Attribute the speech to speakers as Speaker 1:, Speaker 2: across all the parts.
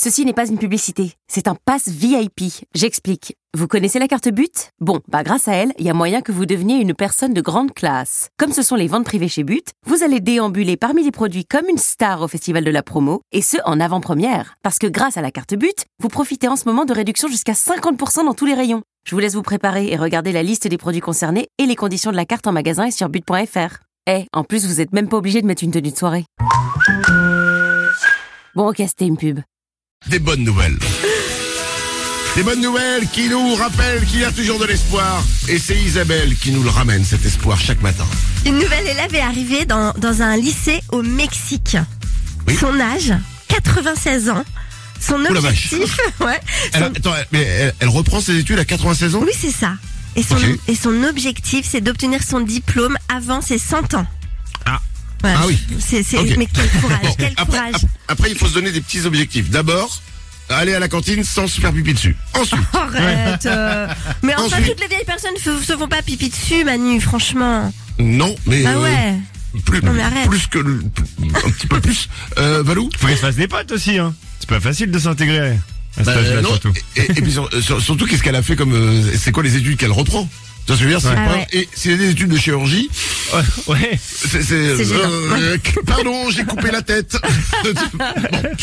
Speaker 1: Ceci n'est pas une publicité, c'est un pass VIP. J'explique. Vous connaissez la carte but Bon, bah grâce à elle, il y a moyen que vous deveniez une personne de grande classe. Comme ce sont les ventes privées chez But, vous allez déambuler parmi les produits comme une star au festival de la promo, et ce en avant-première. Parce que grâce à la carte but, vous profitez en ce moment de réductions jusqu'à 50% dans tous les rayons. Je vous laisse vous préparer et regarder la liste des produits concernés et les conditions de la carte en magasin et sur but.fr. Eh, en plus vous êtes même pas obligé de mettre une tenue de soirée. Bon ok, c'était une pub.
Speaker 2: Des bonnes nouvelles. Des bonnes nouvelles qui nous rappellent qu'il y a toujours de l'espoir. Et c'est Isabelle qui nous le ramène, cet espoir, chaque matin.
Speaker 3: Une nouvelle élève est arrivée dans, dans un lycée au Mexique.
Speaker 2: Oui.
Speaker 3: Son âge, 96 ans. Son
Speaker 2: la vache.
Speaker 3: objectif, ouais.
Speaker 2: Elle, attends, elle- mais elle, elle reprend ses études à 96 ans
Speaker 3: Oui, c'est ça. Et son,
Speaker 2: Euh. Ok.
Speaker 3: et son objectif, c'est d'obtenir son diplôme avant ses 100 ans.
Speaker 2: Ah.
Speaker 3: Ouais.
Speaker 2: Ah oui.
Speaker 3: C'est, c'est-
Speaker 2: Ok.
Speaker 3: Mais quel courage,
Speaker 2: Bon,
Speaker 3: quel
Speaker 2: après,
Speaker 3: courage.
Speaker 2: ap- après, il faut se donner des petits objectifs. D'abord, aller à la cantine sans se faire pipi dessus. Ensuite,
Speaker 3: Arrête. euh, Mais enfin,
Speaker 2: Ensuite-
Speaker 3: toutes les vieilles personnes ne se font pas pipi dessus, Manu, franchement.
Speaker 2: non, mais
Speaker 3: Bah
Speaker 2: euh,
Speaker 3: ouais.
Speaker 2: plus,
Speaker 3: Non, mais arrête.
Speaker 2: plus que le- un petit peu plus. Euh, Valou
Speaker 4: Faut qu'ils se fassent des potes aussi, hein. C'est pas facile de s'intégrer à cet
Speaker 2: Bah,
Speaker 4: âge-là,
Speaker 2: non,
Speaker 4: surtout.
Speaker 2: Et, et puis sur- sur- surtout, qu'est-ce qu'elle a fait comme euh, c'est quoi les études qu'elle reprend Tu vois ce que je veux dire, c'est
Speaker 3: Ah
Speaker 2: pas-
Speaker 3: ouais.
Speaker 2: Et c'est des études de chirurgie.
Speaker 4: Ouais.
Speaker 2: C'est, c'est-
Speaker 3: C'est gênant.
Speaker 2: euh, pardon, j'ai coupé la tête. Bon.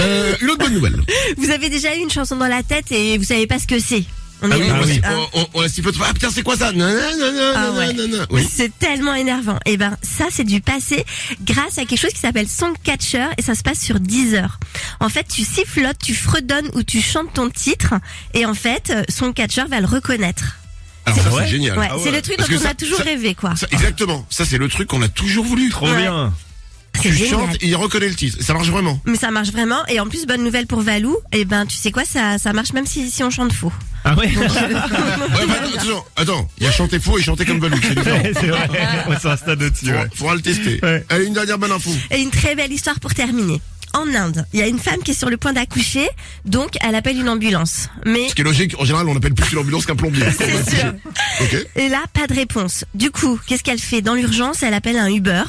Speaker 2: Euh, une autre bonne nouvelle.
Speaker 3: Vous avez déjà eu une chanson dans la tête et vous savez pas ce que c'est. On
Speaker 2: Ah
Speaker 3: est-
Speaker 2: oui,
Speaker 3: on-
Speaker 2: on-
Speaker 3: hein.
Speaker 2: on, on- on la siffle de fois. Ah putain, c'est quoi ça Nanana, nanana,
Speaker 3: Ah ouais.
Speaker 2: nanana. Oui.
Speaker 3: C'est tellement énervant. Et ben ça c'est du passé grâce à quelque chose qui s'appelle Songcatcher et ça se passe sur 10 heures. En fait, tu sifflotes, tu fredonnes ou tu chantes ton titre et en fait, euh, Songcatcher va le reconnaître.
Speaker 2: Alors Ah, ça,
Speaker 4: ouais.
Speaker 2: c'est génial.
Speaker 3: ouais,
Speaker 4: ah ouais.
Speaker 3: c'est le truc dont
Speaker 2: Parce que
Speaker 3: on
Speaker 2: ça-
Speaker 3: a toujours
Speaker 2: ça-
Speaker 3: rêvé quoi.
Speaker 2: Ça, exactement. Ça, c'est le truc qu'on a toujours voulu.
Speaker 4: Trop
Speaker 3: Ouais.
Speaker 4: bien.
Speaker 3: C'est
Speaker 2: Tu
Speaker 3: génial.
Speaker 2: chantes et il reconnaît le titre. Ça marche vraiment.
Speaker 3: Mais ça marche vraiment et en plus bonne nouvelle pour Valou, et ben tu sais quoi ça ça marche même si, si on chante faux.
Speaker 4: Ah ouais
Speaker 2: Ouais, bah, attends, attends, attends. il y a chanter faux et chanter comme Balou. C'est différent.
Speaker 4: C'est vrai, on est sur un stade au-dessus.
Speaker 2: Faudra,
Speaker 4: ouais.
Speaker 2: faudra le tester.
Speaker 4: Ouais.
Speaker 2: Allez, une dernière bonne info.
Speaker 3: Et une très belle histoire pour terminer. En Inde, il y a une femme qui est sur le point d'accoucher, donc elle appelle une ambulance. Mais
Speaker 2: Ce qui est logique, en général, on appelle plus une ambulance qu'un plombier.
Speaker 3: c'est sûr.
Speaker 2: Ok.
Speaker 3: Et là, pas de réponse. Du coup, qu'est-ce qu'elle fait Dans l'urgence, elle appelle un Uber.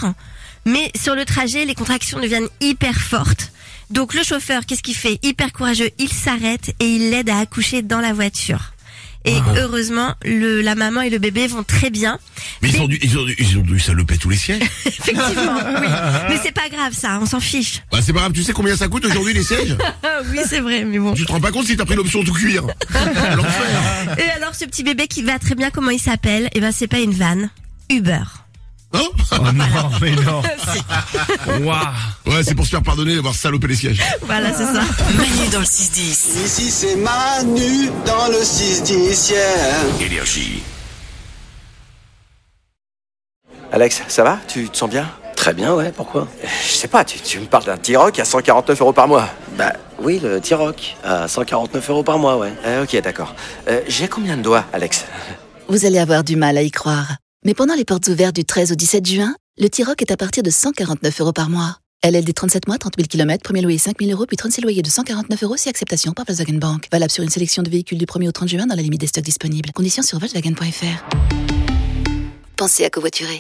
Speaker 3: Mais sur le trajet, les contractions deviennent hyper fortes. Donc le chauffeur, qu'est-ce qu'il fait Hyper courageux, il s'arrête et il l'aide à accoucher dans la voiture. Et heureusement, le, la maman et le bébé vont très bien.
Speaker 2: Mais ils ont dû, ils ont dû, ils ont dû saloper tous les sièges.
Speaker 3: Effectivement, oui. Mais c'est pas grave ça, on s'en fiche.
Speaker 2: Bah, c'est pas grave. Tu sais combien ça coûte aujourd'hui les sièges?
Speaker 3: Ah oui, c'est vrai, mais bon.
Speaker 2: Tu te rends pas compte si t'as pris l'option tout cuir. L'enfer.
Speaker 3: Et alors ce petit bébé qui va très bien, comment il s'appelle Eh ben c'est pas une vanne, Uber.
Speaker 2: Non?
Speaker 4: Oh non, mais non. Waouh.
Speaker 2: Ouais, c'est pour se faire pardonner d'avoir salopé les sièges.
Speaker 3: Voilà, c'est ça.
Speaker 5: Manu dans le 6-10.
Speaker 6: Ici c'est Manu dans le 6-10,
Speaker 7: Alex, ça va Tu te sens bien
Speaker 6: Très bien, ouais, pourquoi
Speaker 7: Je sais pas, tu, tu me parles d'un T-Rock à 149 euros par mois.
Speaker 6: Bah oui, le T-Rock, à 149 euros par mois, ouais.
Speaker 7: Euh, ok, d'accord. Euh, J'ai combien de doigts, Alex
Speaker 8: Vous allez avoir du mal à y croire. Mais pendant les portes ouvertes du 13 au 17 juin, le T-Rock est à partir de 149 euros par mois. LLD 37 mois, 30 000 km, premier loyer 5 000 euros, puis 36 loyers de 149 euros si acceptation par Volkswagen Bank. Valable sur une sélection de véhicules du 1er au 30 juin dans la limite des stocks disponibles. Conditions sur Volkswagen.fr. Pensez à covoiturer.